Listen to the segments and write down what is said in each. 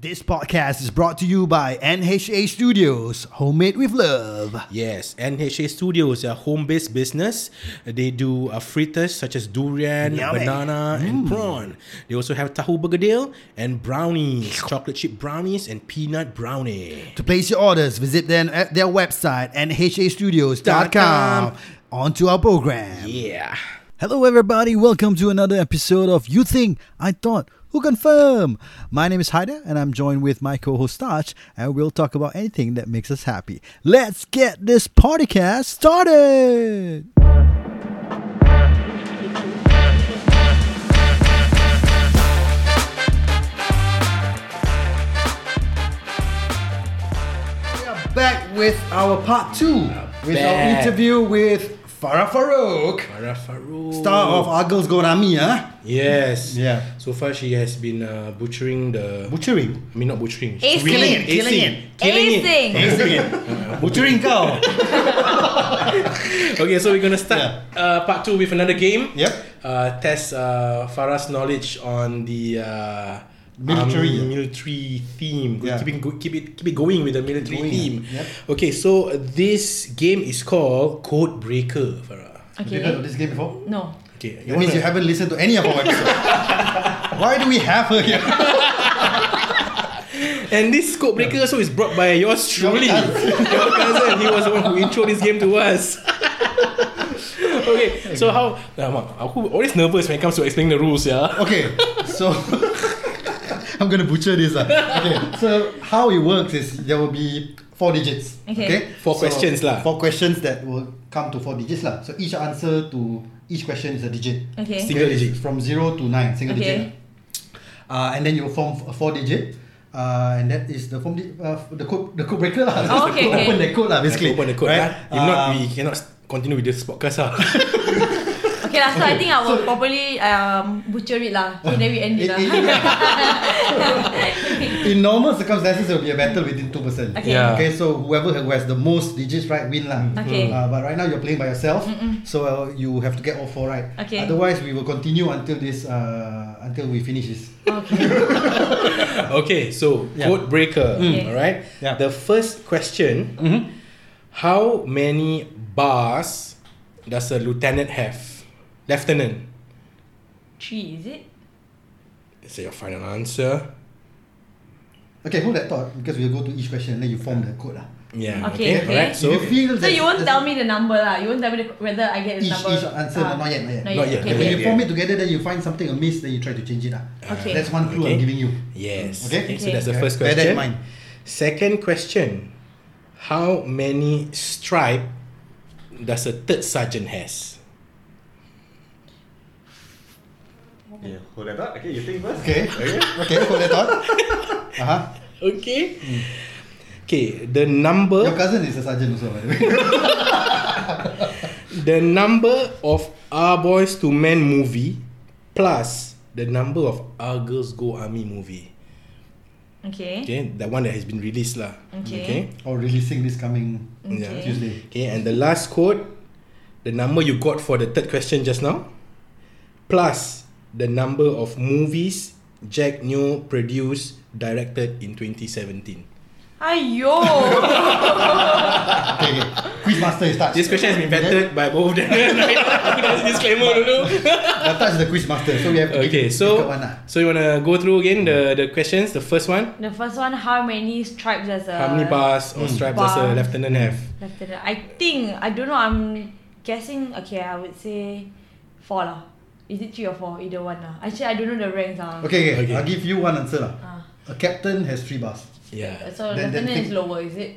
This podcast is brought to you by NHA Studios, homemade with love. Yes, NHA Studios, a home-based business. They do uh, fritters such as durian, Yummy. Mm. banana, and prawn. They also have tahu bergedil and brownies, chocolate chip brownies, and peanut brownie. To place your orders, visit them at their website, nhastudios.com. On to our program. Yeah. Hello, everybody. Welcome to another episode of You Think, I Thought, Who Confirm? My name is Haider, and I'm joined with my co host Taj, and we'll talk about anything that makes us happy. Let's get this podcast started. We are back with our part two, with our back. interview with Farah Farouk. Farah Farouk. Star of Argos Gorami, ah. Yes. Yeah. So far, she has been uh, butchering the. Butchering. I mean, not butchering. Acing. Killing it. Killing acing, it. Killing it. Acing. Butchering kau. Okay, so we're gonna start uh, part two with another game. Yep. Uh, test uh, Farah's knowledge on the uh, Military. army- military theme. Yeah. Keep, it, go- keep it keep it going with the military Going, theme. yep. Okay, so uh, this game is called Code Breaker, Farah. Have you heard of this game before? No. Okay, That means you haven't listened to any of our episodes. Why do we have her here? And this Code Breaker also is brought by yours truly. Your Your cousin. He was the one who intro this game to us. okay, so how... Uh, I'm always nervous when it comes to explaining the rules, yeah? Okay, so I'm gonna butcher this. ah. Okay, so how it works is there will be four digits. Okay. Four questions lah. Four questions that will come to four digits lah. So each answer to each question is a digit. Okay. Single digit. From zero to nine, single digit. Okay. lah. Uh, and then you will form a four digit. Uh, and that is the form di- uh, the code the code breaker lah. That's the Oh, okay, code, okay. Open the code lah basically. Open the code, right? If not, Um, we cannot continue with this podcast. Ah. Okay lah, so I think I will probably um, butcher it lah. So then we end it in, lah. in, in normal circumstances, it will be a battle within two person. Okay. Yeah. Uh. Okay. So whoever who has the most digits right win lah. Mm. Okay. Uh, but right now you're playing by yourself, so uh, you have to get all four right. Okay. Otherwise, we will continue until this uh, until we finish this. okay. okay, so Yeah. code breaker. Mm. All right. Yeah. The first question: Mm-hmm. How many bars does a lieutenant have? Lieutenant. Three, is it? Is that your final answer? Okay. Hold that thought because we'll go to each question. Then you form the code lah. Yeah. Okay, All right. okay. So If you feel So that- you won't that's- tell me the number lah. You won't tell me the, whether I get the Each- number. each answer, Ah. not yet, not yet. Not yet, Okay, when not okay. yet. you form it together, then you find something amiss, then you try to change it. Ah. Okay. That's one clue I'm Okay. giving you. yes. Okay. So that's the Okay. first Bear question. that in mind. Second question: How many stripe does a third sergeant has? Yeah, hold that up. Okay, you think first. Okay. Okay. Hold that thought. Uh huh. Okay. Mm. Okay. The number. Your cousin is a sergeant also, by the way. The number of R Boys to Men movie plus the number of R Girls Go Army movie. Okay. Okay, the one that has been released lah. Okay. or releasing Oh, this coming Yeah. Okay. Tuesday. Okay, and the last code, the number you got for the third question just now, plus the number of movies Jack Neo produced, directed in 2017. Ayo. Okay, okay. Quiz master is touch. This question has been vetted by both of them. Aku dah disclaimer dulu. Now touch the quiz master, so we have to Okay, give so difficult one ah. lah. so you wanna go through again the the questions. The first one, the first one, how many stripes does a how many bars hmm. or stripes does a bars. lieutenant have? Left-handed. I think I don't know. I'm guessing. Okay, I would say four lah. Is it three or four? Either one lah. Actually, I don't know the ranks lah. Okay, okay, Okay. I'll give you one answer lah. Ah. A captain has three bars. Yeah. So Then- then lieutenant is think- lower, is it?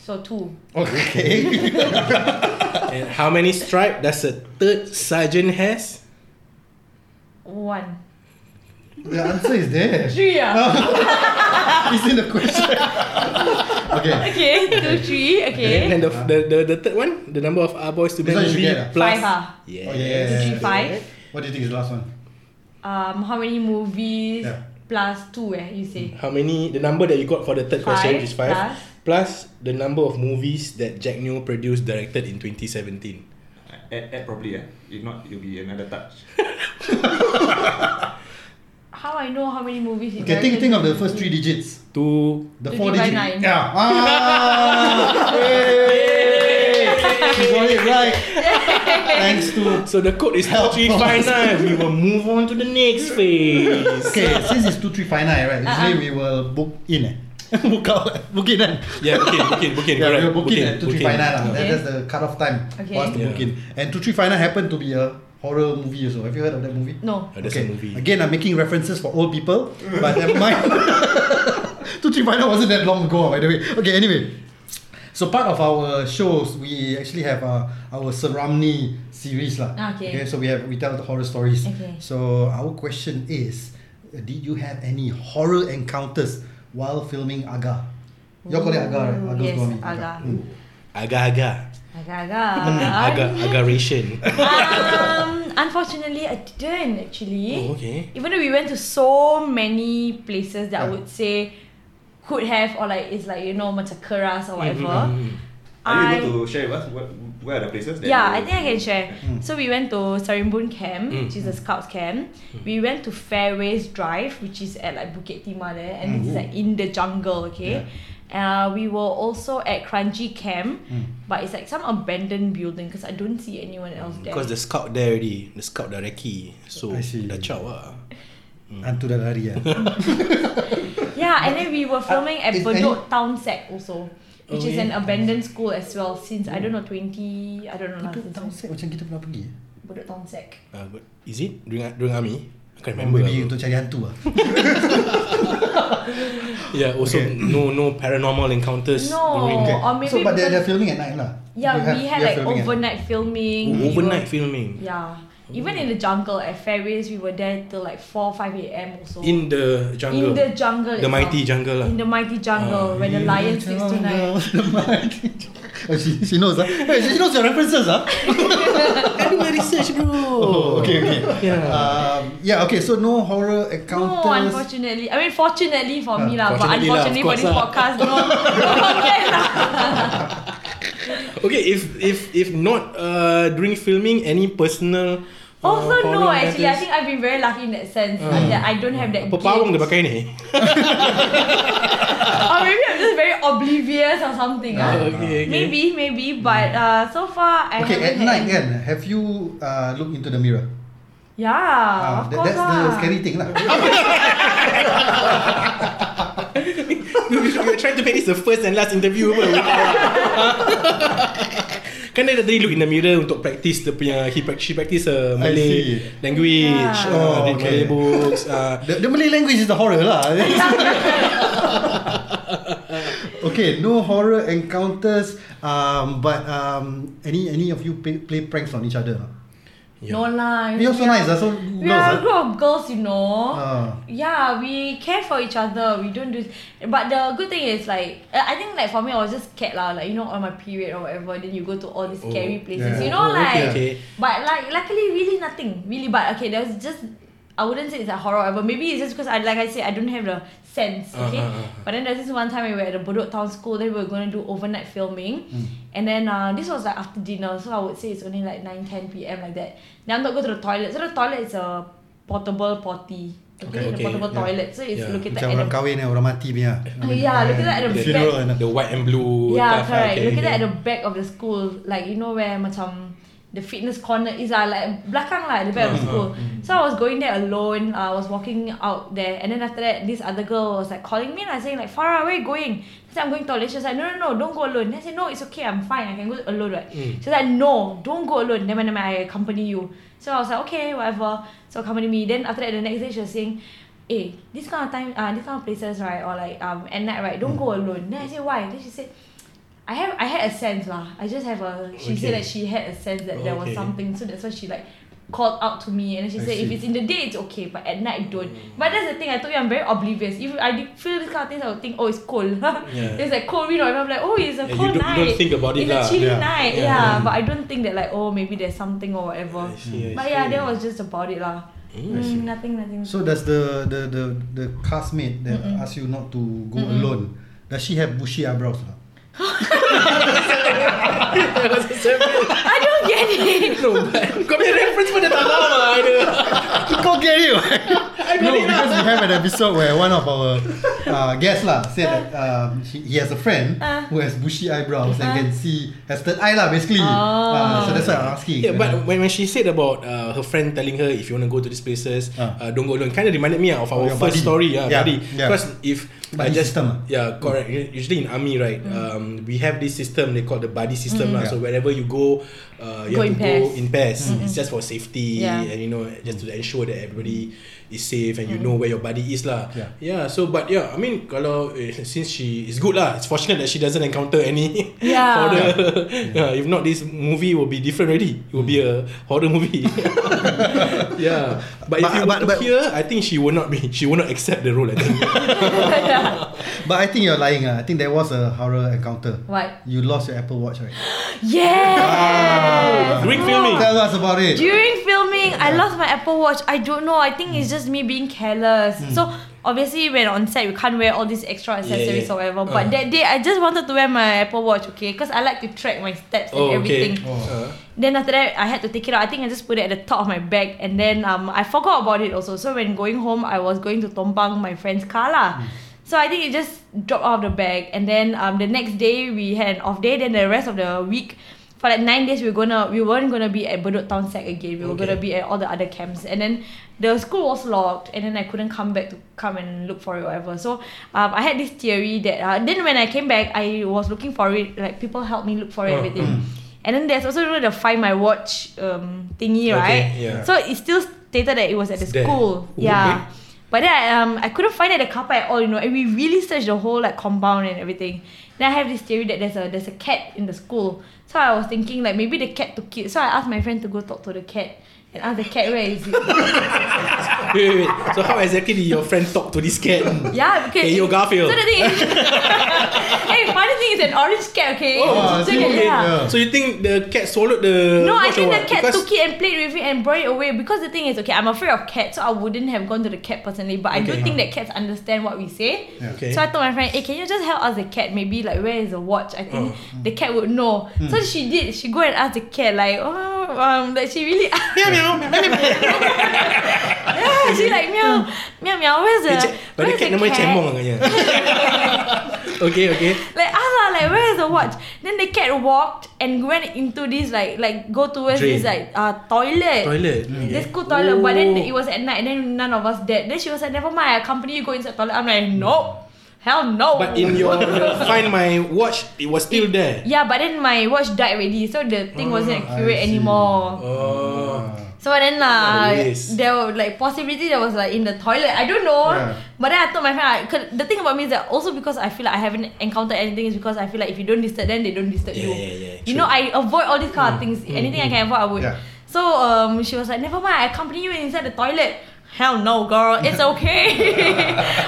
So two. Okay. Oh. And how many stripes does a third sergeant has? One. the answer is there. Three ah. It's in the question. okay. okay, two, three. And then Okay. the, the, the, the third one, the number of our boys to be This one you should get, ah. plus. Five ah. Yes. Oh, yeah. Two, three, five. What do you think is the last one? Um, how many movies? Yeah. Mm. Plus two eh, you say. How many? The number that you got for the third question, Five which is five, plus the number of movies that Jack Neo produced, directed in 2017. Add, add properly, eh? If not, it'll be another touch. how I know how many movies he Okay, think think of the first three digits. Two The Two four divide digits. nine. Yeah. Ah! Hey! She got it right. Thanks to So the code is Help three us. five nine. We will move on to the next phase. Okay, since it's two three five nine, right? Usually we will book in eh. book out, eh? book in eh? Yeah, booking, booking, booking. Yeah, we correct. will book in at two three five nine lah. That, Okay. that's the cut off time Okay. for us to book Yeah. in. And two three five nine happened to be a horror movie also. Have you heard of that movie? No. Oh, that's a movie. Again, I'm making references for old people, but never mind. Two three five nine wasn't that long ago, by the way. Okay, anyway. So part of our shows, we actually have uh, our Saramni series lah. Ah, okay. So we have we tell the horror stories. Okay. So our question is, uh, did you have any horror encounters while filming Aga? You call it Aga, right? Ooh, Aga's yes, Gourmet, Aga. Mm. Aga-aga. Aga, Agak-agak. agaration. um, unfortunately, I didn't actually. Oh, okay. Even though we went to so many places that I Yeah. would say could have or like it's like you know macam keras or Mm-hmm. Mm, whatever. Are you I- able to share with us what, where are the places that Yeah, you, I think I can share. So we went to Sarimbun Camp, Mm. which is a scouts camp. We went to Fairways Drive, which is at like Bukit Timah there, and it's like in the jungle, okay? Uh, we were also at Kranji Camp, but it's like some abandoned building because I don't see anyone else there. Because Mm, the scout there already, the scout dah recce. So, I see. dah chow lah. Hantu dah lari ya. Yeah, and then we were filming at is Bedok Town Sec also, which Oh, is yeah. an abandoned school as well since I don't know twenty I don't know lah. Itu since tahu when. saya macam kita pernah pergi. Bedok Town Sec. Uh, but is it during, during army? I can't remember. Oh, Maybe lah, bro. untuk cari hantu ah. yeah, also Okay. no no paranormal encounters No, during Oh, or maybe So but they're, they're because- filming at night lah. yeah, You have- we you had are like filming at- overnight filming. we were- overnight filming. Yeah. Even in the jungle at Fairways, we were there till like 4 5 a.m. also. In the jungle. In the jungle. The itself. mighty jungle lah. In the mighty jungle, Ah, where the lion sleeps tonight. oh, she, she knows, huh? Hey, she knows your references, huh? I do my research, bro. Oh, okay, okay. Yeah. Um, yeah, okay, so no horror encounters. No, unfortunately. I mean, fortunately for me lah, but Fortunately lah, of unfortunately for course this lah. podcast, no. no can lah. Okay, if if if not uh, during filming, any personal. Oh, uh, Also no, horror actually, I matters? think I've been very lucky in that sense uh, that I don't have Ah. that. Apa pawang dia guilt. pakai ni? Or maybe I'm just very oblivious or something. Ah, ah. okay, okay. Maybe, maybe, but uh, so far I Okay, at haven't had night any- kan, have you uh, look into the mirror? Yeah, Ah, Uh, of that- course that's the lah. scary thing lah. We're trying to make this the first and last interview apa Kan dia dah tadi look in the mirror Untuk practice Dia punya He practice, she practice uh, I see. Malay language uh, Yeah. Oh, Read okay. Malay books uh, The, the Malay language is the horror lah. okay, no horror encounters, um, but um, any any of you play, play pranks on each other? lah? yeah. No lah. You're so nice, ah, so We girls, are ah. a group of girls, you know. Ah. Yeah, we care for each other. We don't do, but the good thing is like uh, I think like for me, I was just scared lah. Like you know, on my period or whatever, then you go to all these Oh, scary places. yeah. You know, Oh, okay, like okay. but like luckily, really nothing really. But okay, there's just. I wouldn't say it's a horror, or whatever. maybe it's just because I like I said I don't have the sense, Uh, uh, okay. uh, uh. But then there's this one time we were at the Bedok Town School, then we were gonna do overnight filming, and then uh, this was like after dinner, so I would say it's only like 9, 10 p.m. like that. Then I'm not go to the toilet. So the toilet is a portable potty, okay, Okay, the okay, portable yeah. toilet. So it's Yeah. located Macam at orang the kahwin eh, orang mati punya. Oh, yeah, look at that at the The back. funeral and The white and blue yeah, stuff, correct. okay, Look at okay. that at the back of the school, like you know where macam the fitness corner is lah, like belakang lah, at the back of the school. Mm-hmm. So I was going there alone. I was walking out there, and then after that, this other girl was like calling me and I saying like, Farah, where you going? I said I'm going to toilet. She was like, No, no, no, don't go alone. Then I said No, it's okay. I'm fine. I can go alone, right? Mm. She was like, No, don't go alone. Never, never. I accompany you. So I was like, Okay, whatever. So accompany me. Then after that, the next day she was saying. Eh, this kind of time, uh, this kind of places, right, or like um, at night, right, don't Mm. go alone. Then I said, why? Then she said, I have I had a sense lah. I just have a. She Okay. said that she had a sense that there was Okay. something, so that's why she like called out to me, and then she I said if see. it's in the day it's okay, but at night don't. Mm. But that's the thing. I told you I'm very oblivious. If I did feel this kind of things, I would think oh it's cold. It's like cold wind, or whatever. I'm like oh it's a Yeah, you cold don't- you night. don't think about it It's lah. a chilly Yeah. night, Yeah. Mm. yeah, But I don't think that like oh maybe there's something or whatever. I see, I But yeah, see. that was just about it lah. Mm, nothing, nothing. So does the the the the castmate that ask you not to go alone? Does she have bushy eyebrows? lah? I don't get it. No, but kau punya reference pun dah tak lama ada. Kau get you. I got No, it because now. we have an episode where one of our uh, guests lah said that um, he, he has a friend Ah. who has bushy eyebrows and Ah. can see has third eye lah basically. Uh, so that's why I'm asking. Yeah, but when, when she said about uh, her friend telling her if you want to go to these places, Ah. Oh, uh, don't go alone, kind of reminded me uh, of our your buddy. first story, yeah, Yeah, buddy. yeah. Because if Buddy I just system, ah. yeah, correct. U- Usually in army, right, Mm. um, we have this system they call the buddy system, lah. Yeah. So wherever you go, uh, you Go have in to pairs. go in pairs. It's just for safety Yeah. and you know just Mm. to ensure that everybody is safe and you Mm. know where your buddy is, lah. Yeah. So but yeah, I mean, kalau eh, since she is good, lah. It's fortunate that she doesn't encounter any Yeah. horror yeah, if not, this movie will be different already. It will be a horror movie. yeah, but, if But- you were but- to but- hear, I think she will not be. She will not accept the role. I think. yeah. But I think you're lying. ah. I think there was a horror encounter. What? You lost your Apple Watch, right? Yes. During filming. Tell us about it. During filming, I lost my Apple Watch. I don't know. I think it's just me being careless. So obviously, when on set, you can't wear all these extra accessories Hmm. yeah. or whatever. But Uh. that day, I just wanted to wear my Apple Watch, okay? Because I like to track my steps Oh, and okay. everything. Uh, Then after that, I had to take it out. I think I just put it at the top of my bag, and then um, I forgot about it also. So when going home, I was going to Tompang, my friend's car lah. So I think it just dropped out of the bag, and then um, the next day we had an off day. Then the rest of the week, for like nine days, we were gonna we weren't gonna be at Bedok Town Sec again. We were Okay. gonna be at all the other camps, and then the school was locked, and then I couldn't come back to come and look for it, or whatever. So um, I had this theory that uh, then when I came back, I was looking for it. Like people helped me look for it, Oh, everything. And then there's also you know, the find my watch um, thingy, Okay, right? yeah. So it still stated that it was at the It's there. school. Ooh, Yeah. But then I, um, I couldn't find it at the car park at all, you know, and we really searched the whole like compound and everything. Then I have this theory that there's a there's a cat in the school. So I was thinking like maybe the cat took it. So I asked my friend to go talk to the cat and ask the cat where is it. wait, wait, wait. So how exactly did your friend talk to this cat? yeah, because Hey, yo, Garfield. So the thing is Hey, funny thing is an orange cat, okay? Oh, I So see. can- Yeah. So you think the cat swallowed the? No, I watch or think the what? cat Because- took it and played with it and brought it away because the thing is, okay, I'm afraid of cats, so I wouldn't have gone to the cat personally, but I Okay. do think that cats understand what we say. Yeah. Okay. So I told my friend, hey, can you just help us the cat? Maybe like where is the watch? I think Oh. the cat would know. Hmm. So she did. She go and ask the cat like, oh, um, that she really. yeah, she like meow, meow, meow. Where's the? Eh, Cik, But the where's cat nama Cemong agaknya. okay, okay. like ask lah, like where is the watch? Then the cat walked and went into this like like go towards Drain. this like uh toilet. Toilet. Okay. This school toilet, but then Oh. it was at night and then none of us dead. Then she was like, never mind, I accompany you go inside toilet. I'm like, nope. Hell no. But in your find my watch, it was still there. Yeah, but then my watch died already, so the thing wasn't I accurate see. anymore. Oh. So then What uh, a waste. there were like possibility that was like in the toilet. I don't know. Yeah. But then I told my friend, I, cause the thing about me is that also because I feel like I haven't encountered anything is because I feel like if you don't disturb them, they don't disturb Yeah, you. yeah, yeah. You know, I avoid all these kind of things. anything I can avoid, I would. Yeah. So um, she was like, never mind, I accompany you inside the toilet. Hell no, girl. It's okay.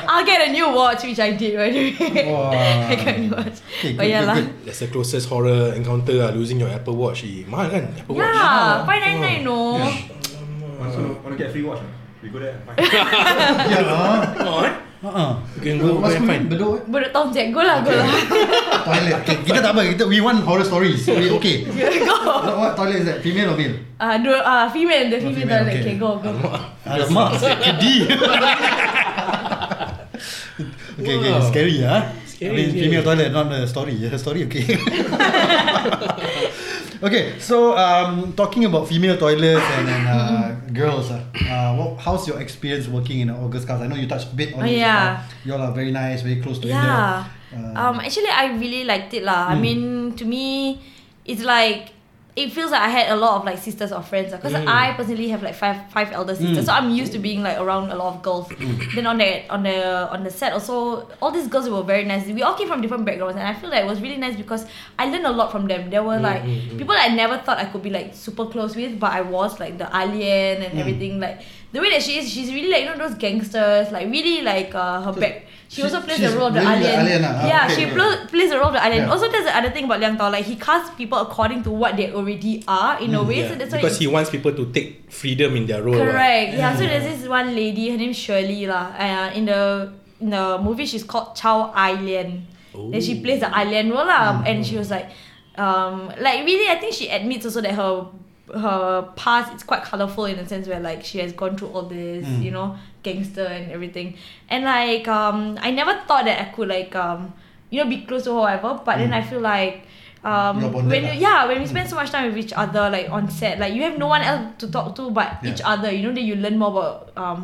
I'll get a new watch, which I did right away. Wow. I got a new watch. Okay, but good, yeah good, lah. good. That's the closest horror encounter lah, losing your Apple Watch. Eh, mahal kan Apple Watch? Yeah, five nine nine no. Want to, want to get a free watch? ah? We go there. buy. Yeah. lah. Oh, eh? Uh-uh. You can go Mas go and Kuning, find. Bedok eh? But tahun check. Go lah, go lah. Toilet. Okay, kita tak apa. Kita, we want horror stories. We okay. What, what toilet is that? Female or male? Ah, dua, ah female, the female, Oh, female, toilet. okay. Ah, Okay, go, go. Ah, Alamak, sedih. okay, okay, Wow. scary ah. Scary, I mean, yeah. female toilet, not the story. The story, okay. okay, so um, talking about female toilets and, and uh, Mm-hmm. girls, ah, uh, what, how's your experience working in an August cast? I know you touched a bit on Oh, it. just yeah. now. you all are very nice, very close Uh, to Yeah. India. Um, actually, I really liked it lah. I mean, to me, it's like it feels like I had a lot of like sisters or friends because I personally have like five five elder sisters, so I'm used to being like around a lot of girls. then on the on the on the set also, all these girls were very nice. We all came from different backgrounds, and I feel like it was really nice because I learned a lot from them. There were like people I never thought I could be like super close with, but I was like the alien and everything. Like the way that she is, she's really like you know those gangsters, like really like uh, her back. She, she- also plays she's the role of the really the alien alien. ah. Ah, yeah, okay, she okay. pl- plays the role of the alien. Yeah. Also, there's the other thing about Liang Tao. Like he casts people according to what they already are in Hmm. a way. Yeah, So that's why because he it's- wants people to take freedom in their role. ah. correct. Yeah. So there's Mm. this one lady. Her name's Shirley lah. Uh, in the in the movie, she's called Chow Alien. Then she Mm. plays the alien role lah, and she was like, um, like really, I think she admits also that her her past it's quite colorful in a sense where like she has gone through all this Mm. you know gangster and everything and like um i never thought that i could like um you know be close to her or whatever but then i feel like um Mm. You're bonded when lah. you, yeah when we spend so much time with each other like on set like you have no one else to talk to but Yeah. each other you know that you learn more about um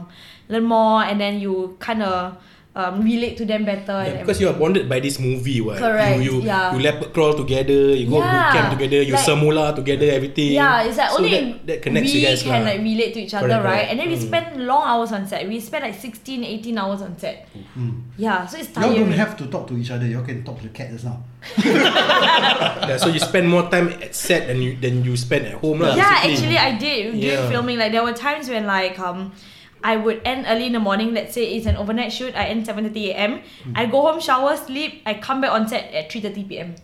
learn more and then you kind of um, relate to them better Yeah, and because you are bonded by this movie, what? Correct, You you, yeah. you leopard crawl together, you go Yeah, boot camp together, you like- semula together, everything. Yeah, it's like so only that, that connects we you guys can lah. like relate to each other, Correct, correct. right? And then we Mm. spend long hours on set. We spend like 16, 18 hours on set. Mm. Yeah, so it's Y'all tiring. don't have to talk to each other. Y'all can talk to the cat just now. yeah, so you spend more time at set than you than you spend at home lah. yeah, basically. actually I did during Yeah. filming. Like there were times when like um I would end early in the morning, let's say it's an overnight shoot, I end 7.30 a.m. Mm. I go home, shower, sleep, I come back on set at 3.30 p.m.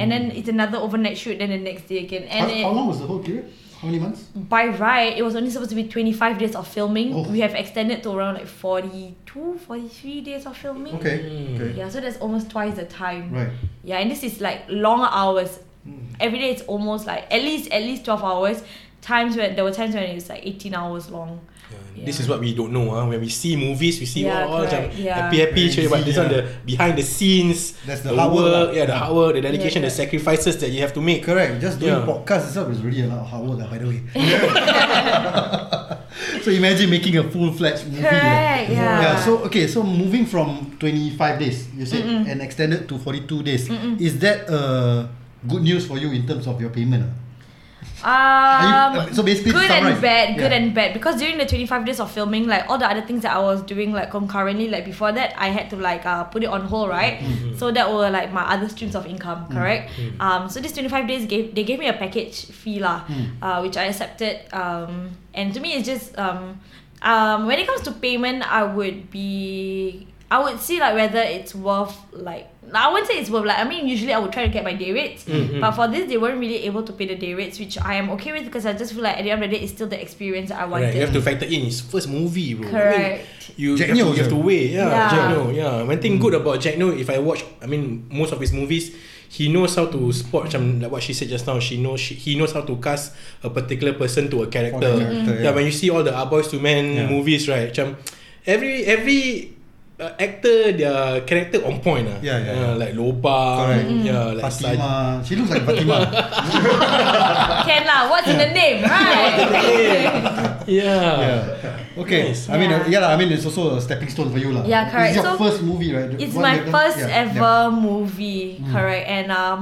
And then it's another overnight shoot, then the next day again. How, And it, how long was the whole period? How many months? by right, it was only supposed to be 25 days of filming. Oh. We have extended to around like 42, 43 days of filming. Okay. Okay. Mm. Yeah, so that's almost twice the time. Right. Yeah, and this is like long hours. Every day it's almost like at least at least 12 hours. Times when there were times when it's like 18 hours long. Yeah. This is what we don't know. ah. When we see movies, we see Yeah, all, all macam correct, yeah. happy happy, Crazy, but this one yeah. the behind the scenes, That's the hard work lah. yeah, the hard work, the dedication, the correct. sacrifices that you have to make. Correct. Just doing Yeah. podcast itself is really a lot of hard work, lah, by the way. so imagine making a full-fledged movie. lah. Correct, yeah. yeah. So okay. So moving from 25 days, you said, and extended to 42 days. Is that uh, good news for you in terms of your payment? ah? uh, Um, so basically good summarize. and bad, good Yeah. and bad. Because during the 25 days of filming, like all the other things that I was doing, like concurrently, like before that, I had to like uh, put it on hold, right? Mm-hmm. So that were like my other streams of income, correct? Um, so this 25 days gave they gave me a package fee lah, Mm. uh, which I accepted. Um, and to me, it's just um, um, when it comes to payment, I would be. I would see like whether it's worth like I wouldn't say it's worth like I mean usually I would try to get my day rates but for this they weren't really able to pay the day rates which I am okay with because I just feel like at the end of the day it's still the experience that I Correct. You wanted. have to factor in his first movie, bro. I mean, Correct. you, Jack you, have to, Neo you have to je. weigh, yeah. Yeah. Jack Neo, yeah. One thing good about Jack Neo, if I watch, I mean, most of his movies, he knows how to spot, macam like what she said just now. She knows she, he knows how to cast a particular person to a character. character, yeah. yeah. When you see all the Ah Boys to Men Yeah. movies, right? Macam every every uh, actor their character on point ah. Yeah, yeah, yeah. like Loba, Correct. Mm-hmm. yeah, like Saj- Fatima. She looks like Fatima. Can lah, what's in the name, right? yeah. yeah. Okay. Nice. I mean, Yeah. uh, yeah, lah. I mean, it's also a stepping stone for you, lah. Yeah, correct. It's your So, first movie, right? The it's one my you have done- first yeah, Hmm. ever movie, correct? And um,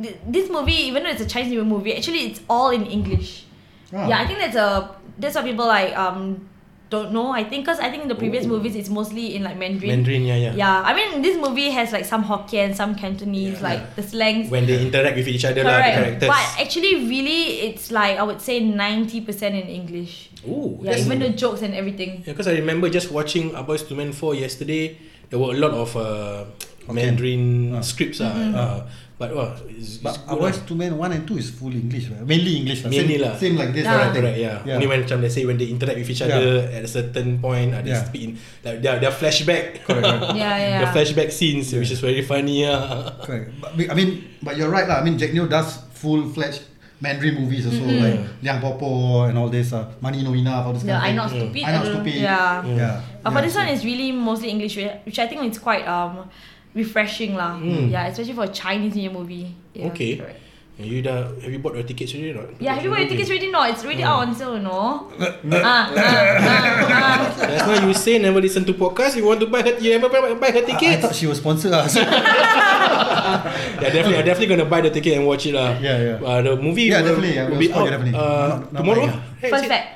th- this movie, even though it's a Chinese movie, actually it's all in English. Ah. Yeah, I think that's a that's what people like um don't know. I think because I think in the previous Oh. movies it's mostly in like Mandarin. Mandarin, yeah, yeah. Yeah, I mean this movie has like some Hokkien, some Cantonese, Yeah. like the slangs. When they interact with each other, lah, the Correct. characters. But actually, really, it's like I would say ninety percent in English. Ooh, Yeah, that's- even the jokes and everything. Yeah, because I remember just watching Ah Boys to Men 4 yesterday, there were a lot of uh, Mandarin Ah. scripts. ah, Mm-hmm. ah. but wow, it's, But it's I good watched ah. two men, one and two is fully English, right? Mainly English, lah. Mainly same, lah. Same like this, Yeah. right? I think. Correct, yeah. yeah. Only when macam they say when they interact with each Yeah. other at a certain point, ah, they Yeah. speak in like their, their flashback. Yeah, yeah. the flashback scenes, which is very funny. ah. Correct. But I mean, but you're right, lah. I mean, Jack Neo does full-fledged Mandarin movies also, Mm-hmm. like Liang Popo and all this, uh, Money No Enough, all this The kind of I thing. not stupid. I not don't- stupid. Yeah. Yeah. yeah. Uh, But for this one, it's really mostly English, whi- which I think it's quite um refreshing lah. Yeah, especially for a Chinese New Year movie. Hmm. Yeah, Okay. correct. You dah, have you bought your tickets already or not? Yeah, have you got your tickets ready? No, it's already Hmm. out on sale, no? ah, ah, ah, ah. That's why you say never listen to podcast. You want to buy her, you never buy, buy her I, I tickets. thought she was sponsored, lah. So, Yeah, definitely. I'm definitely gonna buy the ticket and watch it lah. Yeah, yeah. Uh, the movie Yeah, will, definitely, yeah, will we'll be support out you, definitely. Uh, Not- not tomorrow. mine, right? First fact.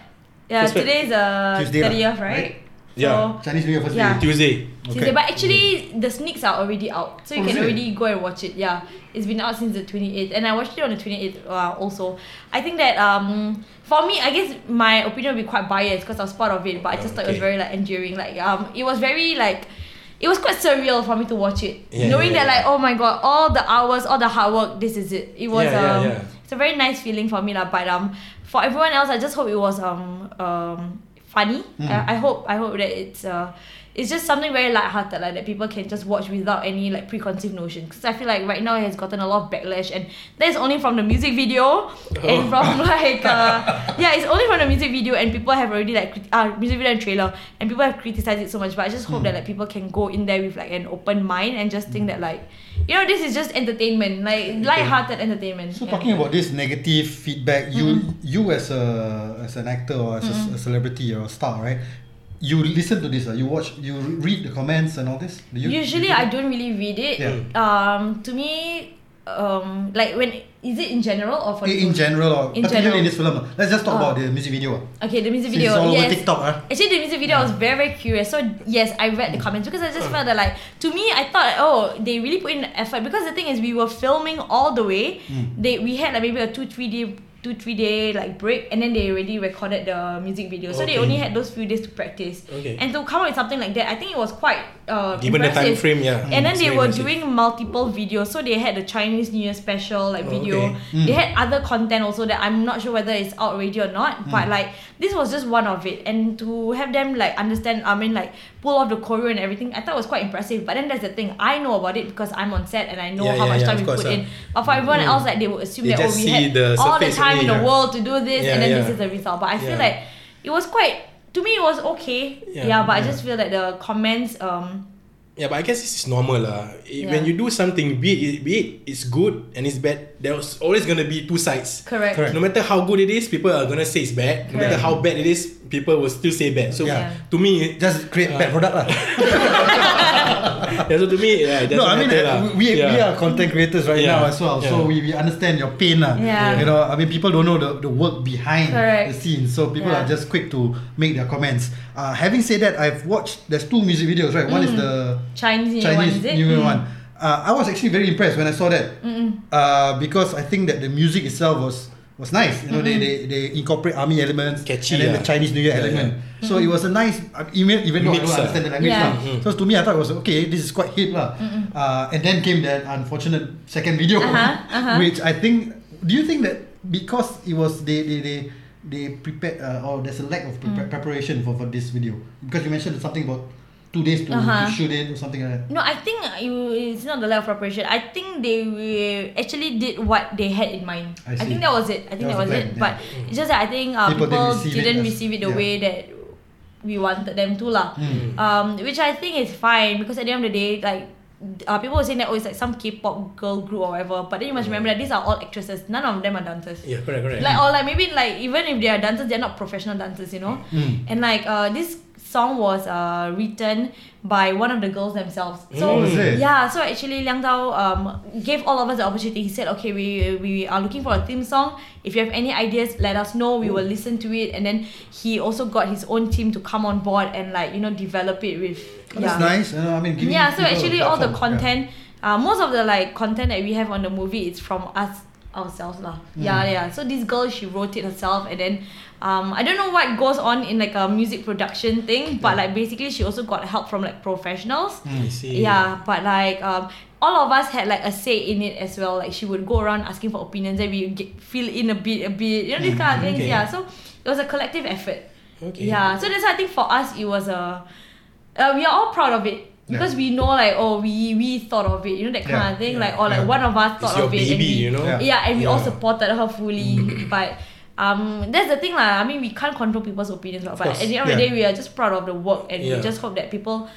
Yeah, First fact. today is uh, Tuesday lah, 30th, right? right? Yeah. So, Chinese New Year first Yeah. day. Tuesday. Okay. Tuesday, but actually the sneaks are already out, so Oh, you can is it? already go and watch it. Yeah, it's been out since the twenty eighth, and I watched it on the twenty eighth. Uh, also, I think that um for me, I guess my opinion would be quite biased because I was part of it, but I just thought it was Okay. very like enduring. Like um, it was very like. It was quite surreal for me to watch it, Yeah, knowing yeah, that like yeah. oh my god, all the hours, all the hard work, this is it. It was Yeah, yeah, um, yeah. it's a very nice feeling for me lah. But um, for Hmm. everyone else, I just hope it was um um funny. I, I hope I hope that it's uh it's just something very lighthearted like that people can just watch without any like preconceived notion. Because I feel like right now it has gotten a lot of backlash, and that's only from the music video and from like uh, yeah, it's only from the music video, and people have already like crit- uh, music video and trailer, and people have criticized it so much. But I just hope Hmm. that like people can go in there with like an open mind and just think that like you know this is just entertainment, like lighthearted entertainment. So yeah. talking about this negative feedback, you Mm-hmm. you as a as an actor or as a c- a, celebrity or a star, right? You listen to this, uh, you watch, you re- read the comments and all this. Do you, Usually, you do I don't really read it. Yeah. Um, to me, um, like when is it in general or for that? the in, in music- general or In particularly in general. this film. uh, Let's just talk Ah. about the music video. uh. Okay, the music Since video. it's all yes. over TikTok, ah. Actually, the music video I was very, very curious. So yes, I read the comments because I just felt that like to me, I thought oh they really put in effort because the thing is we were filming all the way. Mm. They we had like maybe a two three day two three day like break and then they already recorded the music video. So they Okay. only had those few days to practice. Okay. And to come up with something like that, I think it was quite uh, Given the time impressive. frame, yeah. And then It's they very were impressive. doing multiple videos. So they had the Chinese New Year special like Oh, video. okay. They had other content also that I'm not sure whether it's out already or not. Hmm. But like this was just one of it. And to have them like understand, I mean like pull off the choreo and everything, I thought was quite impressive. But then that's the thing, I know about it because I'm on set and I know Yeah, how yeah, much yeah, time of we course, put ah. in. But for everyone else, like they would assume They that oh just we see had the all the surface time only, in the yeah. world to do this, Yeah, and then this yeah. is the result. But I feel Yeah. like it was quite. To me, it was okay. Yeah, Yeah, but I yeah. just feel that the comments. um Yeah, but I guess this is normal lah. It- Yeah. When you do something, be it, be it it's good and it's bad, there's always gonna be two sides. Correct. Correct. No matter how good it is, people are gonna say it's bad. No matter Correct. how bad it is, people will still say bad. So Yeah. to me, it- Just create bad product lah. yeah, so to me, yeah, it No, I doesn't mean matter lah. uh, we, yeah. we are content creators right Yeah. now as well, so Yeah. we, we understand your pain lah. Yeah. You know, I mean people don't know the, the work behind Correct. the scenes, so people Yeah. are just quick to make their comments. Uh, having said that, I've watched there's two music videos, right? One is the Mm. Chinese New Year one, Chinese is it? New Year Mm. one. Uh, I was actually very impressed when I saw that uh, because I think that the music itself was was nice. You know, they, they they incorporate army elements Catchy, and then the yeah. Chinese New Year Yeah, element. So it was a nice uh, even even though I Mix, don't ah. understand the language Yeah. lah. So to me, I thought it was okay. This is quite hip lah. Uh, and then came that unfortunate second video, Uh-huh, uh-huh. which I think. Do you think that because it was they they they they prepared uh, or there's a lack of pre- Mm. preparation for for this video because you mentioned something about two days to, Uh-huh. to shoot it or something like that. No, I think you, it's not the lack of preparation. I think they were- actually did what they had in mind. I I, see. think that was it. I think That that was was, the plan, it. But it's just that I think uh, People people, didn't receive it didn't as- receive it yeah. the Hmm. way that we wanted them to lah. Um, which I think is fine because at the end of the day, like. Uh, people were saying that oh, it's like some K-pop girl group or whatever, but then you must remember that these are all actresses. None of them are dancers. Yeah, correct, correct. Like or like maybe like even if they are dancers, they're not professional dancers, you know. Mm. And like uh, this song was uh, written by one of the girls themselves. Oh, So is it? yeah, so actually Liang Dao um, gave all of us the opportunity. He said, okay, we we are looking for a theme song. If you have any ideas, let us know. We will listen to it. And then he also got his own team to come on board and like you know develop it with. Oh, That's nice. You know, I mean, giving yeah so people a actually all the platform. Yeah. content uh, most of the like content that we have on the movie it's from us ourselves lah. Mm. yeah yeah so this girl she wrote it herself and then um, I don't know what goes on in like a music production thing but like basically she also got help from like professionals Mm. I see. yeah, but like um, all of us had like a say in it as well. Like she would go around asking for opinions, and we would get, fill in a bit, a bit, you know, these Mm. kind of things. okay. Yeah, so it was a collective effort. Okay. Yeah, so that's why I think for us it was a, uh, we are all proud of it because we know like oh we we thought of it, you know that kind Yeah, of thing. yeah, like or like yeah. one of us It's thought your of it, and baby, we, you know. Yeah. Mm-hmm. yeah, and we all Yeah. supported her fully. but um, that's the thing, lah. I mean, we can't control people's opinions, lah, but course. at the end of the Yeah. day, we are just proud of the work, and Yeah. we just hope that people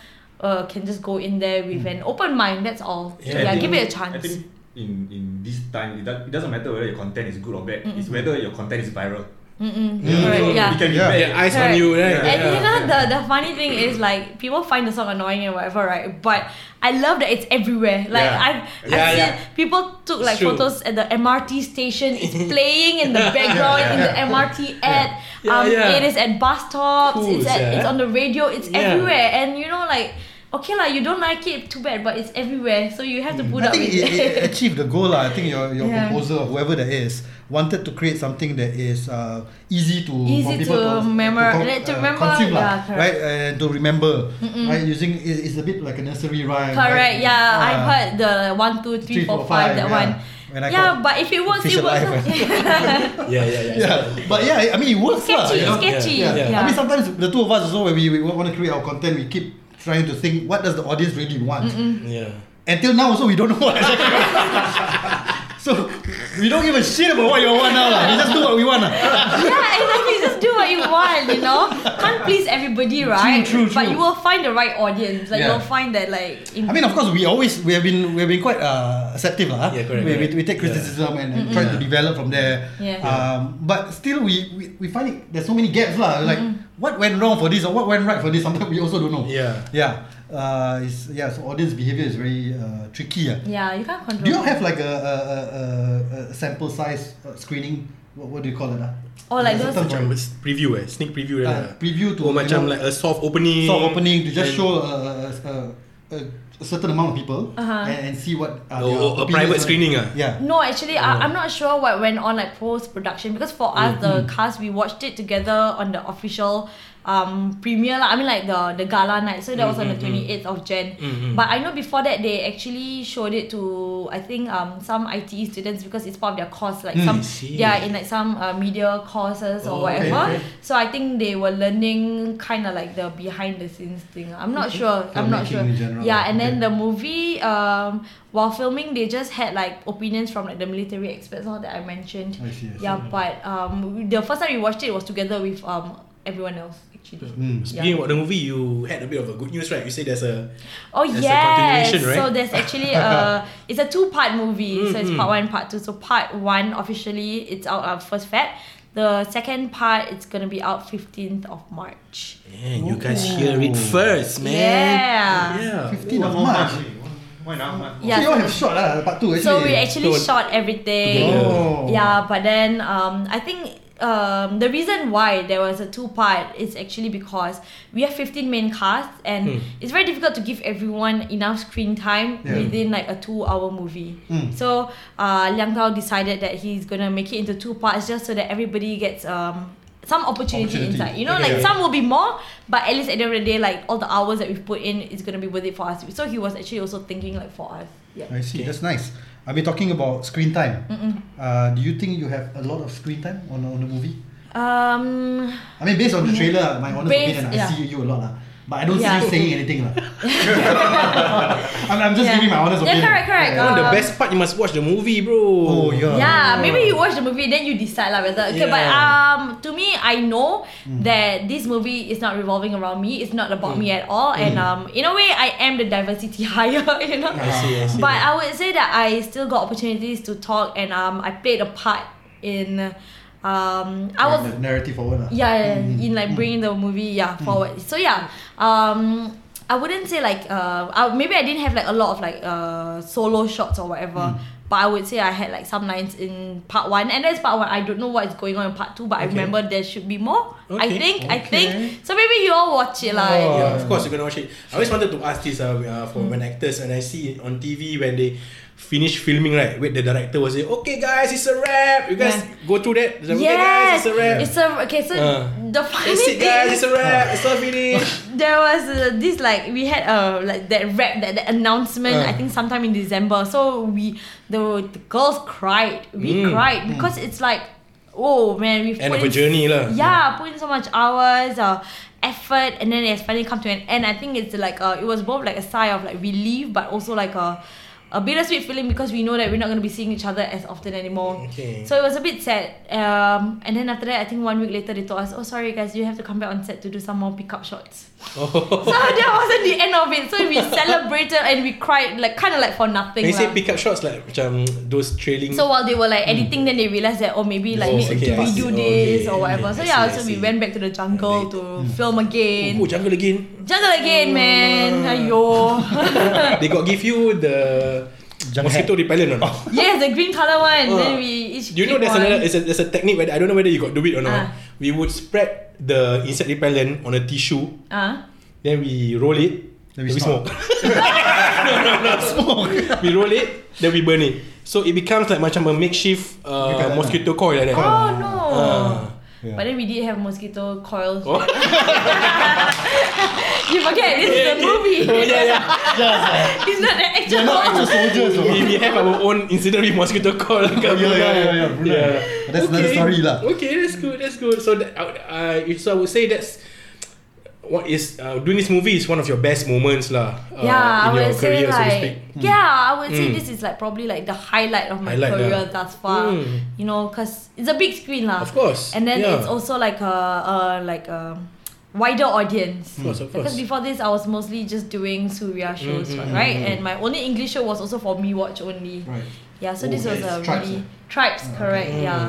uh, can just go in there with Mm. an open mind. That's all. Yeah, I Yeah, think- give it a I chance. think in, in this time, it, do, it doesn't matter whether your content is good or bad. It's whether your content is viral. Mm-mm. You know, Mm-hmm. Correct, so yeah. It can be Yeah. bad. Yeah, eyes on Correct. you, right? Yeah. And Yeah. you know the the funny thing is like people find the song annoying and whatever, right? But I love that it's everywhere. Like Yeah. I've, I've Yeah, seen yeah. people took like True. photos at the MRT station. It's playing in the background in the MRT ad. Yeah, um, yeah. It is at bus stops. Cool, it's at, sia. it's on the radio. It's Yeah. everywhere. And you know like okay like you don't like it too bad, but it's everywhere. So you have to put I up think with it, it it. achieved the goal. lah. I think your, your Yeah. proposer or whoever that is wanted to create something that is uh, easy to for Easy people to memor- like, to remember, consume lah, yeah, correct. right and to remember right using it, it's a bit like a nursery rhyme. Correct. right? Yeah, Ah, I've heard the one, two, three, four, five. That yeah. one. When I yeah, got but if it works, it Fisher works. Life, yeah, yeah, yeah. yeah, but yeah, I mean it works lah. sketchy, you know? sketchy. Yeah. Yeah. I mean sometimes the two of us also when we, we want to create our content, we keep trying to think what does the audience really want. Yeah. Until now, also we don't know what exactly. we want. so we don't give a shit about what you want now, lah. We just do what we want, lah. yeah, exactly. Just do what you want, you know. Can't please everybody, right? true, But true. you will find the right audience. Like Yeah. you'll find that, like. In- I mean, of course, we always we have been we have been quite uh, acceptive, lah. huh? Yeah, correct, We, we, correct. we take criticism and, and try to develop from there. Yeah. Um, but still, we, we we find it there's so many gaps, lah. Like what went wrong for this or what went right for this. Sometimes we also don't know. Yeah. Yeah. Uh, it's, yeah. So audience behavior is very uh, tricky. Yeah. yeah, you can't control. Do you all have like a, a, a, a- a sample size uh, screening? What, what do you call it? ah? Or Oh, like There's a those term for Macam it. preview eh, sneak preview Ah, lah. preview to, oh, macam you know, like a soft opening. soft opening to just and- show a, a, a, a certain amount of people Uh-huh. and, and see what are Oh, their oh, a opinions private on- screening ah? Yeah. No, actually, I, I'm not sure what went on like post production because for us, Mm-hmm. the cast we watched it together on the official um premiere. lah. I mean, like the the gala night. So that Mm-hmm, was on the 28th of Jan. But I know before that they actually showed it to I think um some ITE students because it's part of their course. Hmm, Like some see. yeah in like some uh, media courses Oh, or okay, whatever. okay. So I think they were learning kind of like the behind the scenes thing. I'm not sure. I'm not sure. Filmmaking in general, Yeah, and then okay. the movie um, while filming they just had like opinions from like the military experts all that I mentioned. I see, I see. yeah, but um, we- the first time we watched it was together with um everyone else actually. Mm. Speaking about the movie, you had a bit of a good news, right? You say there's a Oh There's a yes, continuation, right? so there's actually a it's a two part movie. So Mm-hmm. it's part one, part two. So part one officially it's out on first Feb. The second part it's gonna be out fifteenth of March. man. You guys hear it first, man. Yeah. Yeah. 15 of One more March. month, eh. One- Why not? So you all Yeah. have shot lah, part two actually. So we actually So- shot everything. Together. Oh. Yeah, but then um, I think um, the reason why there was a two part is actually because we have 15 main casts and it's very difficult to give everyone enough screen time Hmm. Yeah. within like a two hour movie. Mm. So uh, Liang Tao decided that he's gonna make it into two parts just so that everybody gets um, some opportunity, Opportunity. inside. You know, Okay. like some will be more, but at least at the end of the day, like all the hours that we've put in is gonna be worth it for us. So he was actually also thinking like for us. Yeah. I see. That's nice. I mean, talking about screen time. Uh, do you think you have a lot of screen time on on the movie? Um, I mean, based on the trailer, my honest Based- opinion, I yeah. see you a lot lah. But I don't see Yeah. you saying anything lah. I'm, I'm just Yeah. giving my honest Yeah, opinion. correct, correct. One of the Um, best part, you must watch the movie, bro. Oh yeah. yeah, maybe you watch the movie then you decide lah whether okay. But Yeah. um, to me, I know that this movie is not revolving around me. It's not about me at all. And um, in a way, I am the diversity hire. You know. Mm. I see, I see. But I would say that I still got opportunities to talk, and um, I played a part in, um, I was The narrative ah. forward lah. yeah, yeah, Mm-hmm. yeah, in like bringing the movie yeah forward so yeah um i wouldn't say like uh I, maybe i didn't have like a lot of like uh solo shots or whatever Mm. but i would say i had like some lines in part one and that's part one i don't know what is going on in part two but i Okay. remember there should be more Okay. i think i Okay. think so maybe you all watch it like Oh. Yeah, of course you're gonna watch it. I always wanted to ask this uh, uh, Hmm. for when actors and I see it on TV when they finish filming right, wait the director was say, okay guys, it's a wrap. You guys Yeah. go through that. It's like, Okay guys, yes it's a wrap. it's a okay so Uh. the funny That's it thing guys, is- it's a wrap. It's all finished. there was uh, this like we had a uh, like that rap that, that announcement Uh. I think sometime in December. So we the, the girls cried, we Mm. cried because it's like oh man we've End put of a in- journey lah. Yeah, put in so much hours, uh, effort, and then it's finally come to an end. I think it's like uh, it was both like a sigh of like relief, but also like a a bittersweet feeling because we know that we're not gonna be seeing each other as often anymore. Okay. So it was a bit sad. Um, and then after that, I think one week later they told us, "Oh, sorry guys, you have to come back on set to do some more pickup shots." Oh. so that wasn't the end of it. So we celebrated and we cried like kind of like for nothing. When you say lah. pick up shots like macam those trailing So while they were like editing, then they realized that oh maybe like Oh, need okay, I to see. redo Oh, this okay, or whatever. okay, I so yeah, see, I so we see. went back to the jungle And to film again. Oh, jungle again. Jungle again, man. Ayo. They got give you the Jungle mosquito repellent or not? yes, the green color one. Uh, then we each. Do you know pick there's one. another there's a, there's a technique whether I don't know whether you got do it or not. Ah. We would spread the insect repellent on a tissue, Ah. then we roll it, Then we smoke. smoke. Smoke. we roll it, then we burn it. So it becomes like macam a makeshift uh, Repellent, mosquito coil like that. Oh no. Ah. Yeah. But then we did have mosquito coils. Oh. You forget this is a movie. Oh, yeah, yeah. ah, Just, it's not an actual. they're not actual soldiers. so- We, we have our own incident with mosquito coil. yeah, yeah, yeah, yeah, Brunei. But that's another story lah. uh, Okay, that's good. That's good. So that, I would- I- if so I would say that's what is uh, doing this movie is one of your best moments lah. Uh, yeah, in I your would say career, so to speak. like yeah, I would say Mm. this is like probably like the highlight of my Highlight career lah. thus far. Mm. You know, cause it's a big screen lah. Of course, And then yeah. it's also like a, a like a wider audience. Of course, of course. Because Mm, before this, I was mostly just doing Surya shows, right? And my only English show was also for me watch only. Right. Yeah, so Oh, this was yes, a Tribes, Mm. really tribes, correct? Yeah.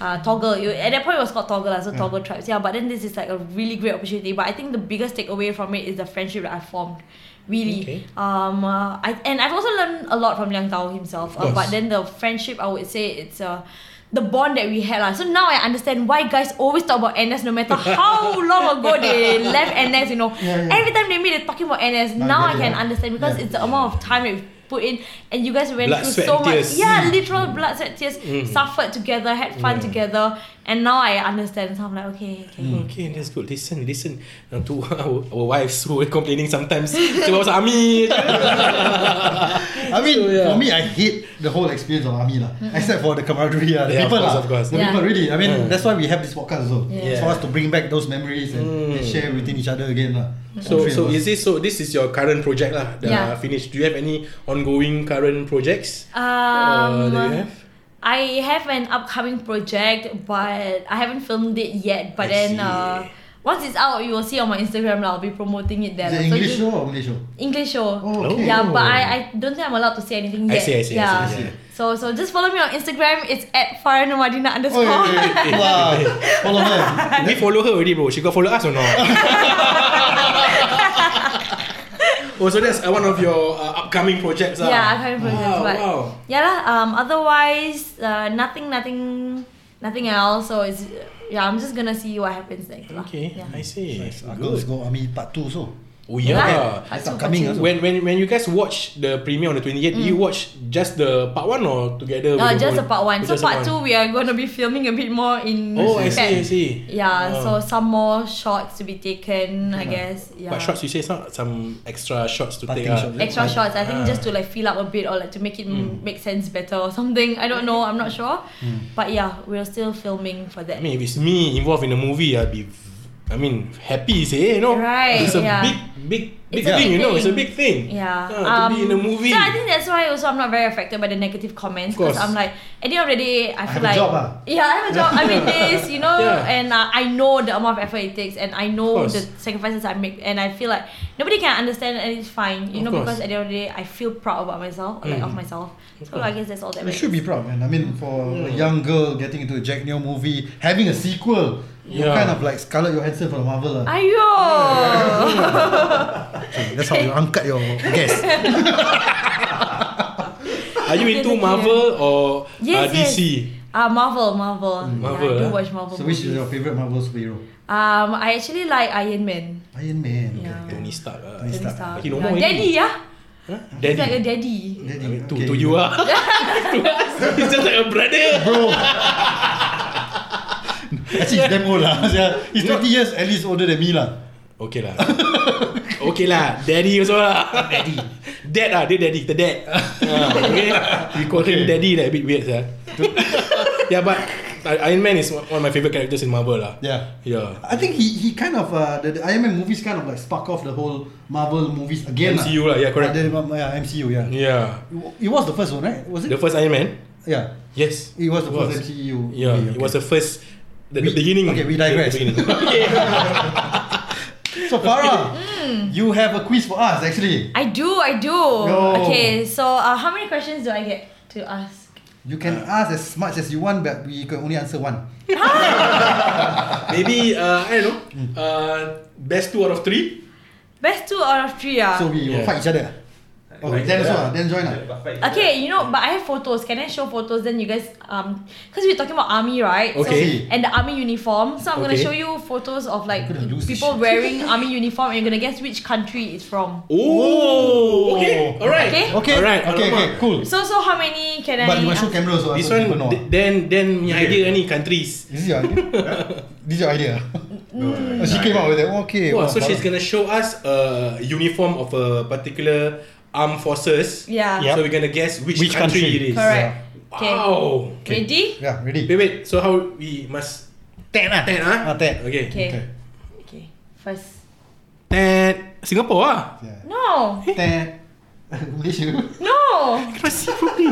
Uh, toggle you, at that point it was called toggle lah, so toggle tribes yeah but then this is like a really great opportunity but I think the biggest takeaway from it is the friendship that I formed really Okay. um uh, I, and I've also learned a lot from Liang Tao himself course. uh, but then the friendship I would say it's uh, the bond that we had lah. so now I understand why guys always talk about NS no matter how long ago they left NS you know Yeah, yeah. every time they meet they're talking about NS I now I get it, can yeah. understand because Yeah. it's the amount of time that we put in and you guys went Blood, through sweat so and much tears. Mm. yeah literal blood sweat tears suffered together had fun together and now I understand so I'm like okay okay Okay, that's good. Listen, listen. Now to our, our wives who were complaining sometimes about army. I mean, So, yeah. for me, I hate the whole experience of army lah. Except for the camaraderie, lah, the Yeah, of people, course, lah. of course. Mm. the Yeah. people. Really, I mean, Yeah. that's why we have this podcast also. Yeah. It's for us to bring back those memories and, and share within each other again, lah. Mm. All so three Mm. so of us. is this so this is your current project lah? Dah Yeah. finished. Do you have any ongoing current projects? uh, um that you have? I have an upcoming project but I haven't filmed it yet I but then see. uh once it's out you will see on my Instagram lah. I'll be promoting it there Is it lah. So English you- show or Malay show? English show. Oh, okay. Yeah, but I, I don't think I'm allowed to say anything I yet. see, I see, I yeah. see, I see. So so just follow me on Instagram. It's at Faranamadina Oh, underscore. yeah, yeah, yeah. wow! Follow her. We follow her already, bro. She got follow us or not? oh, so that's uh, one of your uh, upcoming projects. ah. Yeah, upcoming projects, Wow, but- wow. yeah lah. Um, otherwise, uh, nothing, nothing, nothing else. So it's yeah. I'm just gonna see what happens next. lah. Okay, Yeah. I see. Nice. Our Ah, girls Good. go army part two so. Oh yeah. It's Part two, upcoming part also. When when when you guys watch the premiere on the 28th, you watch just the part one or together? Mm. No, with the just whole- the part one. So just the part two, we are gonna be filming a bit more in. Oh, I see, I Feb. see. Yeah, Ah. so some more shots to be taken, I guess. Yeah. Uh-huh. But shots, you say it's not some extra shots to Parting take. ah. shots, eh? extra Like, shots i think ah. Mm. just to like fill up a bit or like to make it m make sense better or something i don't know i'm not sure but yeah we're still filming for I that mean, if it's me involved in a movie, I'd be, I mean, happy. Say, you know, Right, It's a yeah. big, big, big It's a thing. you big know, it's a thing. big thing. Ah, yeah, um, to be in a movie. So I think that's why also I'm not very affected by the negative comments Of course. because I'm like at the end of the day I have a feel like job, ah. yeah I have a job I mean this you know Yeah. and uh, I know the amount of effort it takes and I know Of course. the sacrifices I make and I feel like nobody can understand and it's fine you Of know course. Mm. because at the end of the day I feel proud about myself like of myself so I guess that's all that We matters. should be proud, man. I mean, for Mm. a young girl getting into a Jack Neo movie, having a sequel, you're Yeah. kind of like Scarlett Johansson from Marvel. lah. Ayo! Okay, That's how you uncut your guess. Are you into Marvel or Yes, uh, DC? Ah, Marvel, Marvel. Marvel, yeah, I do eh? watch Marvel. so, which is movies. your favorite Marvel superhero? Um, I actually like Iron Man. Iron Man. okay, Yeah. okay. Tony Stark. ah. Tony Tony Stark. Stark. He no Yeah, more Daddy, already. yeah. Huh? He's like a Daddy. daddy. I mean, to, Okay, to you ah. to us, he's just like a brother. Bro. Actually, he's damn old lah. sia. He's 20 years at least older than me lah. Okay lah. okay lah. Daddy also lah. Daddy. Dad ah, dia daddy, the dad. Ah, okay. We call him Okay. daddy like a bit weird sah. yeah, but I- Iron Man is one of my favorite characters in Marvel lah. Yeah. Yeah. I think he he kind of uh, the, the Iron Man movies kind of like spark off the whole Marvel movies again. MCU lah, yeah, correct. Uh, the- um, yeah, MCU, yeah. Yeah. It was the first one, right? Was it? The first Iron Man. yeah. Yes. It was the It first was. MCU. Yeah, movie, it was okay. the first. The, the We- beginning. okay, we The- the digress. beginning. okay. So Farah, Hmm. you have a quiz for us actually. I do, I do. No. Okay, so uh, how many questions do I get to ask? You can Ah. ask as much as you want, but we can only answer one. Maybe uh, I don't Hmm. know. Uh, best two out of three. Best two out of three, ah. So we will Yeah. fight each other. Oh, Like, then also yeah. lah, then join lah. Yeah, but fight each other. Okay, you know, but I have photos. Can I show photos? Then you guys, um, because we're talking about army, right? Okay. So, and the army uniform. So I'm gonna Okay. show you photos of like I'm gonna lose this shit. people wearing army uniform, and you're gonna guess which country it's from. Oh, okay, all right, Okay. Okay. all right, Okay. Okay. Cool. So so how many can I? But you must show ask? camera also. This so people know. one, th- then then punya idea ni countries. This is your idea. this is your idea. mm. No, Oh, no, no, she no, came no. up with that. Okay. Wow, wow, so she's Farah. gonna show us a uniform of a particular armed forces. Yeah. So we're gonna guess which, Which country, country. it is. Correct. Okay. Wow. Ready? Yeah. Ready. Wait, wait. So how we must Ten ah. ten ah? Ah, ten. Okay. Okay. Okay. Okay. First. Ted. Singapore lah. No. Ted. Malaysia. No. Kenapa sibuk ni?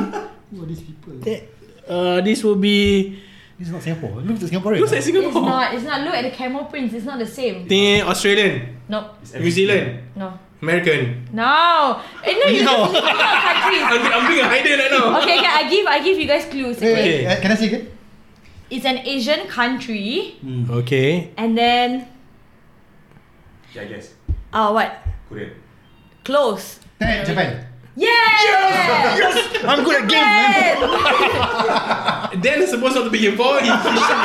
Who are these people? Ted. Eh, Uh, this will be... This is not Singapore. Look at Singaporean. Looks like It's Singapore. not. It's not. Look at the camel prints. It's not the same. Think Australian. Nope. New Zealand. No. American. No. Eh, no, you No. just you talk about countries. I'm, I'm being a hider right now. Okay, okay, I give I give you guys clues. Wait, wait, Okay. eh, Can I see again? It's an Asian country Okay. and then Yeah, I guess. uh what? Korean. Close. Ted, Japan. Yeah! Yes! I'm good at Dan is supposed not to be involved. He, he,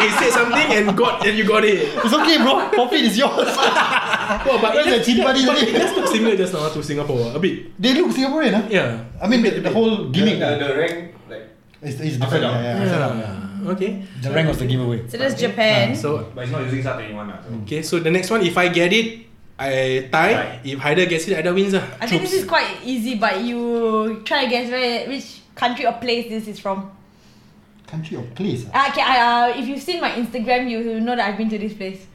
he said something and got and you got it. It's okay, bro. Profit is yours. Well, but Where's that's the cheap money tadi? That's not similar just now to Singapore. A bit. they look Singaporean, huh? Yeah. I mean, the, the whole gimmick The, uh, the rank, like, is, is Upside different. down. Yeah, yeah, upside down. Yeah. Okay. The rank of the giveaway. So that's Japan. So but it's not using SAR 21 lah. So. Mm. okay. So the next one, if I get it, I tie. Right. If Haider gets it, Haider wins. Ah. I think this is quite easy, but you try to guess where which country or place this is from. Country or place? ah? Ah, Okay, I, uh, if you've seen my Instagram, you will know that I've been to this place.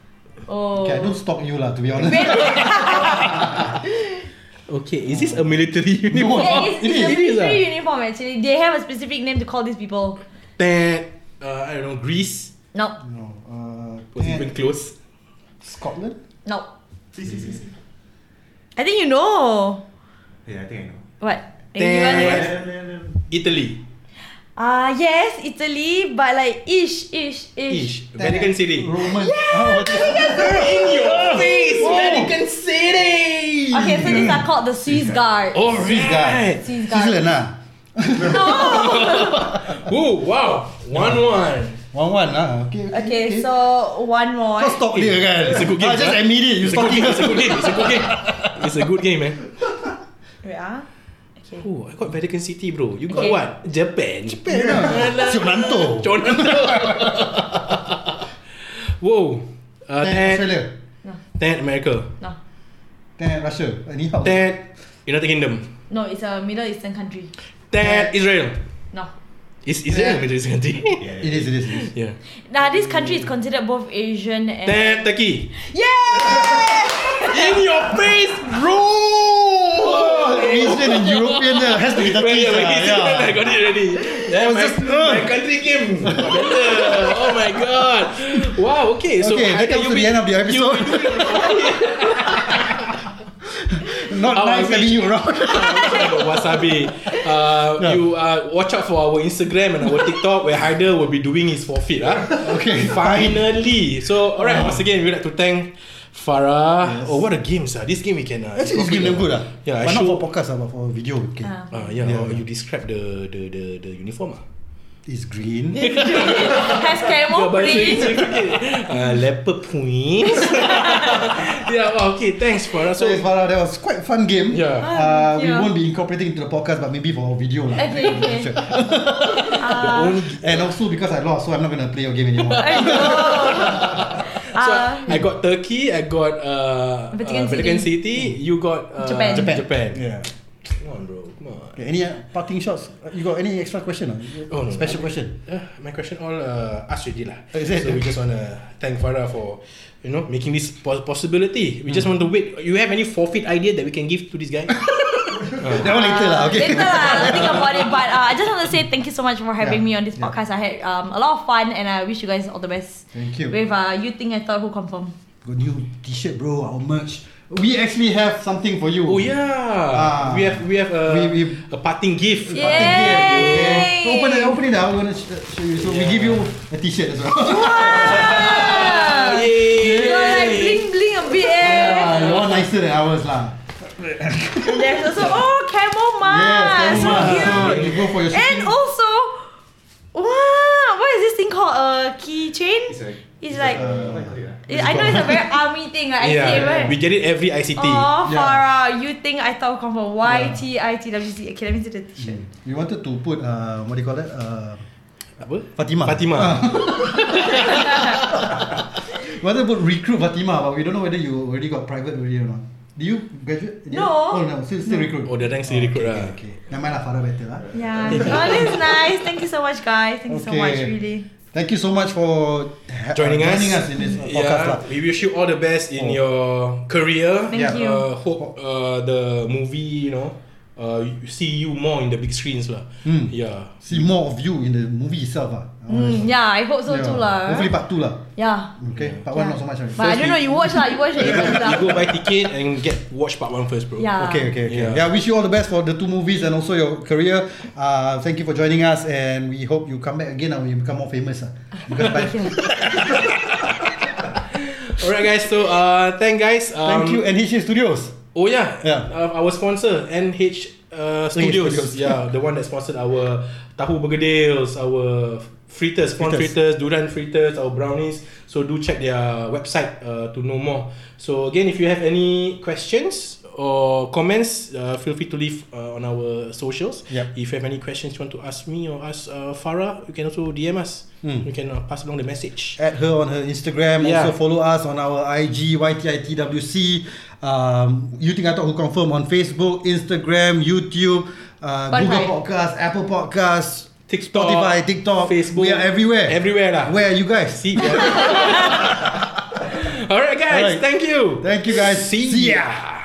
Oh. Okay, I don't stalk you lah. To be honest. Wait, Okay. Is this a military uniform? yeah, it's, It it's is, a uh. it is, military uniform actually. They have a specific name to call these people. Then ah? uh, I don't know. Greece Nope, No. Uh, was Ted, even close. Scotland. nope. See, see, see, see. I think you know. Yeah, I think I know. What? Yes. Yeah, yeah, yeah. Italy. Ah uh, yes, Italy, but like ish, ish, Ish. ish. Vatican City. Roman. Oh, Yeah. In your face, Oh. Whoa. Vatican City. Okay, so these are called the Swiss Guard. All guy. right. Swiss Guard. Switzerland lah. Ooh, wow. One one. One one lah. Okay. Okay, so one more. Kau stalk dia kan? It's a good Ah, game, just right? admit it. You It's a good stalking game. us. It's a good game. It's a good game. It's a good game, eh? man. Wait ah. Okay. Oh, I got Vatican City, bro. You got Okay. what? Japan. Japan. Uh, Jonanto. Whoa. Uh, Ted. Australia. No, Ted America. no, Ted Russia. Uh, Ni hao. Ted United Kingdom. no. It's a Middle Eastern country. Ted Israel. No. Is Israel a Ted. Middle East country? Yeah, It yeah. is. It is. It is. yeah. Now this country is considered both Asian and. Ted Turkey. Yeah. In your face, bro. Oh, Asian and European uh, has to be Well, Turkish yeah, lah. yeah, yeah. I Yeah. got it already. Yeah, was my, just- my country game. oh my god. Wow, okay. So Okay, that Haidar, comes to you the win. end of the episode. Not Our nice having you around. Wasabi. Uh, Yeah. You uh, watch out for our Instagram and our TikTok where Haider will be doing his forfeit. Ah, Okay, Finally. So, alright, once again, we'd like to thank Farah. Oh, what a game, sir. This game we can. Uh, Actually, this game damn good lah. Yeah, I but not show- for podcast lah, but for video. Okay. Ah. Uh, yeah, Yeah. oh, you describe the the the, the uniform. Ah. It's green. Has Oh, camel but it's- print. it's okay. Uh, leopard points. yeah, wow, okay, thanks Farah. So So, yes, Farah, that was quite fun game. yeah. Uh, we Um, Yeah. won't be incorporating into the podcast, but maybe for video lah. Okay, okay. Ah. And also because I lost, so I'm not gonna play your game anymore. I know. So Ah. I got Turkey, I got uh, Vatican uh, Vatican City. City. you got uh, Japan. Japan. Yeah. Come on, bro. Come on. Okay, any uh, parting shots? Uh, You got any extra question? or Oh, no. Special question. Uh, my question all uh, asked already lah. Oh, is it? So we just wanna thank Farah for you know making this po- possibility. We just Hmm. want to wait. You have any forfeit idea that we can give to this guy? Uh. That one later lah. Okay. Uh, Later lah, I'll think about it. But uh, I just want to say thank you so much for having Yeah, me on this yeah. podcast. I had um, a lot of fun and I wish you guys all the best. Thank you. With uh, you think I thought who confirm. Got new T-shirt, bro. Our merch. We actually have something for you. oh yeah, Ah. we have we have a We- we- a parting gift. Yay! Okay. So open it, open it up. I'm gonna sh- uh, show you. So we give you a T-shirt as well. Ah, Yay! You're like bling bling a bit eh. yeah, one nicer than ours lah. There's also oh camel Yes, mask. come on. So so cute. you go for your And shopping. also, wow, what is this thing called? A keychain? It's like, It's like, uh, what do you call it ah? I know it's a very army thing. Like, I yeah, say, right? we get it every ICT. Oh, Yeah. Farah, you think I thought come from YTITWC. Okay, let me see the t-shirt. we wanted to put uh, what do you call that? Uh, Apa? Fatimah. Ah. Fatimah. we wanted to put recruit Fatima, but we don't know whether you already got private already or not. Do you graduate? Did you- Oh No. no, still still recruit. Ah, Oh, the rank still recruit Okay, lah. okay. Never mind lah, Farah better lah. Yeah. oh, this is nice. Thank you so much, guys. Thank you so much, Okay. really. Thank you so much for ha- joining, uh, us. joining us in this yeah, podcast. lah. Oh. We wish you all the best in your career. Thank Yeah. you. Uh, hope uh, the movie, you know, uh, you- see you more in the big screens. lah. Mm. Yeah. See more of you in the movie itself. lah. I wanna Mm, see. yeah, I hope so too lah. Hopefully part two lah. Yeah. Okay, part yeah. one not so much. But I Right? don't know. You watch lah. You watch it. you lah. go buy ticket and get watch part one first, bro. Yeah. Okay, okay, okay. Yeah. Yeah. wish you all the best for the two movies and also your career. Uh, thank you for joining us, and we hope you come back again and you become more famous. ah. Because by- Alright, guys. So, uh, thank guys. Um, thank you, NHA Studios. Oh yeah, Yeah. Uh, our sponsor NH uh, Studios. Studios. Yeah, the one that sponsored our tahu bergedils, our fritters, prawn fritters. Fritters. duran fritters, our brownies. So do check their website uh, to know more. So again, if you have any questions or comments, uh, feel free to leave uh, on our socials. Yep. If you have any questions you want to ask me or ask uh, Farah, you can also DM us. Hmm. You can uh, pass along the message. Add her on her Instagram. Yeah. Also follow us on our IG YTITWC. Um, you think I thought who confirm on Facebook, Instagram, YouTube, uh, Spotify. Google Podcast, Apple Podcasts, Spotify, TikTok, Uh, Facebook, We are everywhere. Everywhere lah. Where are you guys? See ya. All right, guys. All right. Thank you. Thank you guys. See, See ya.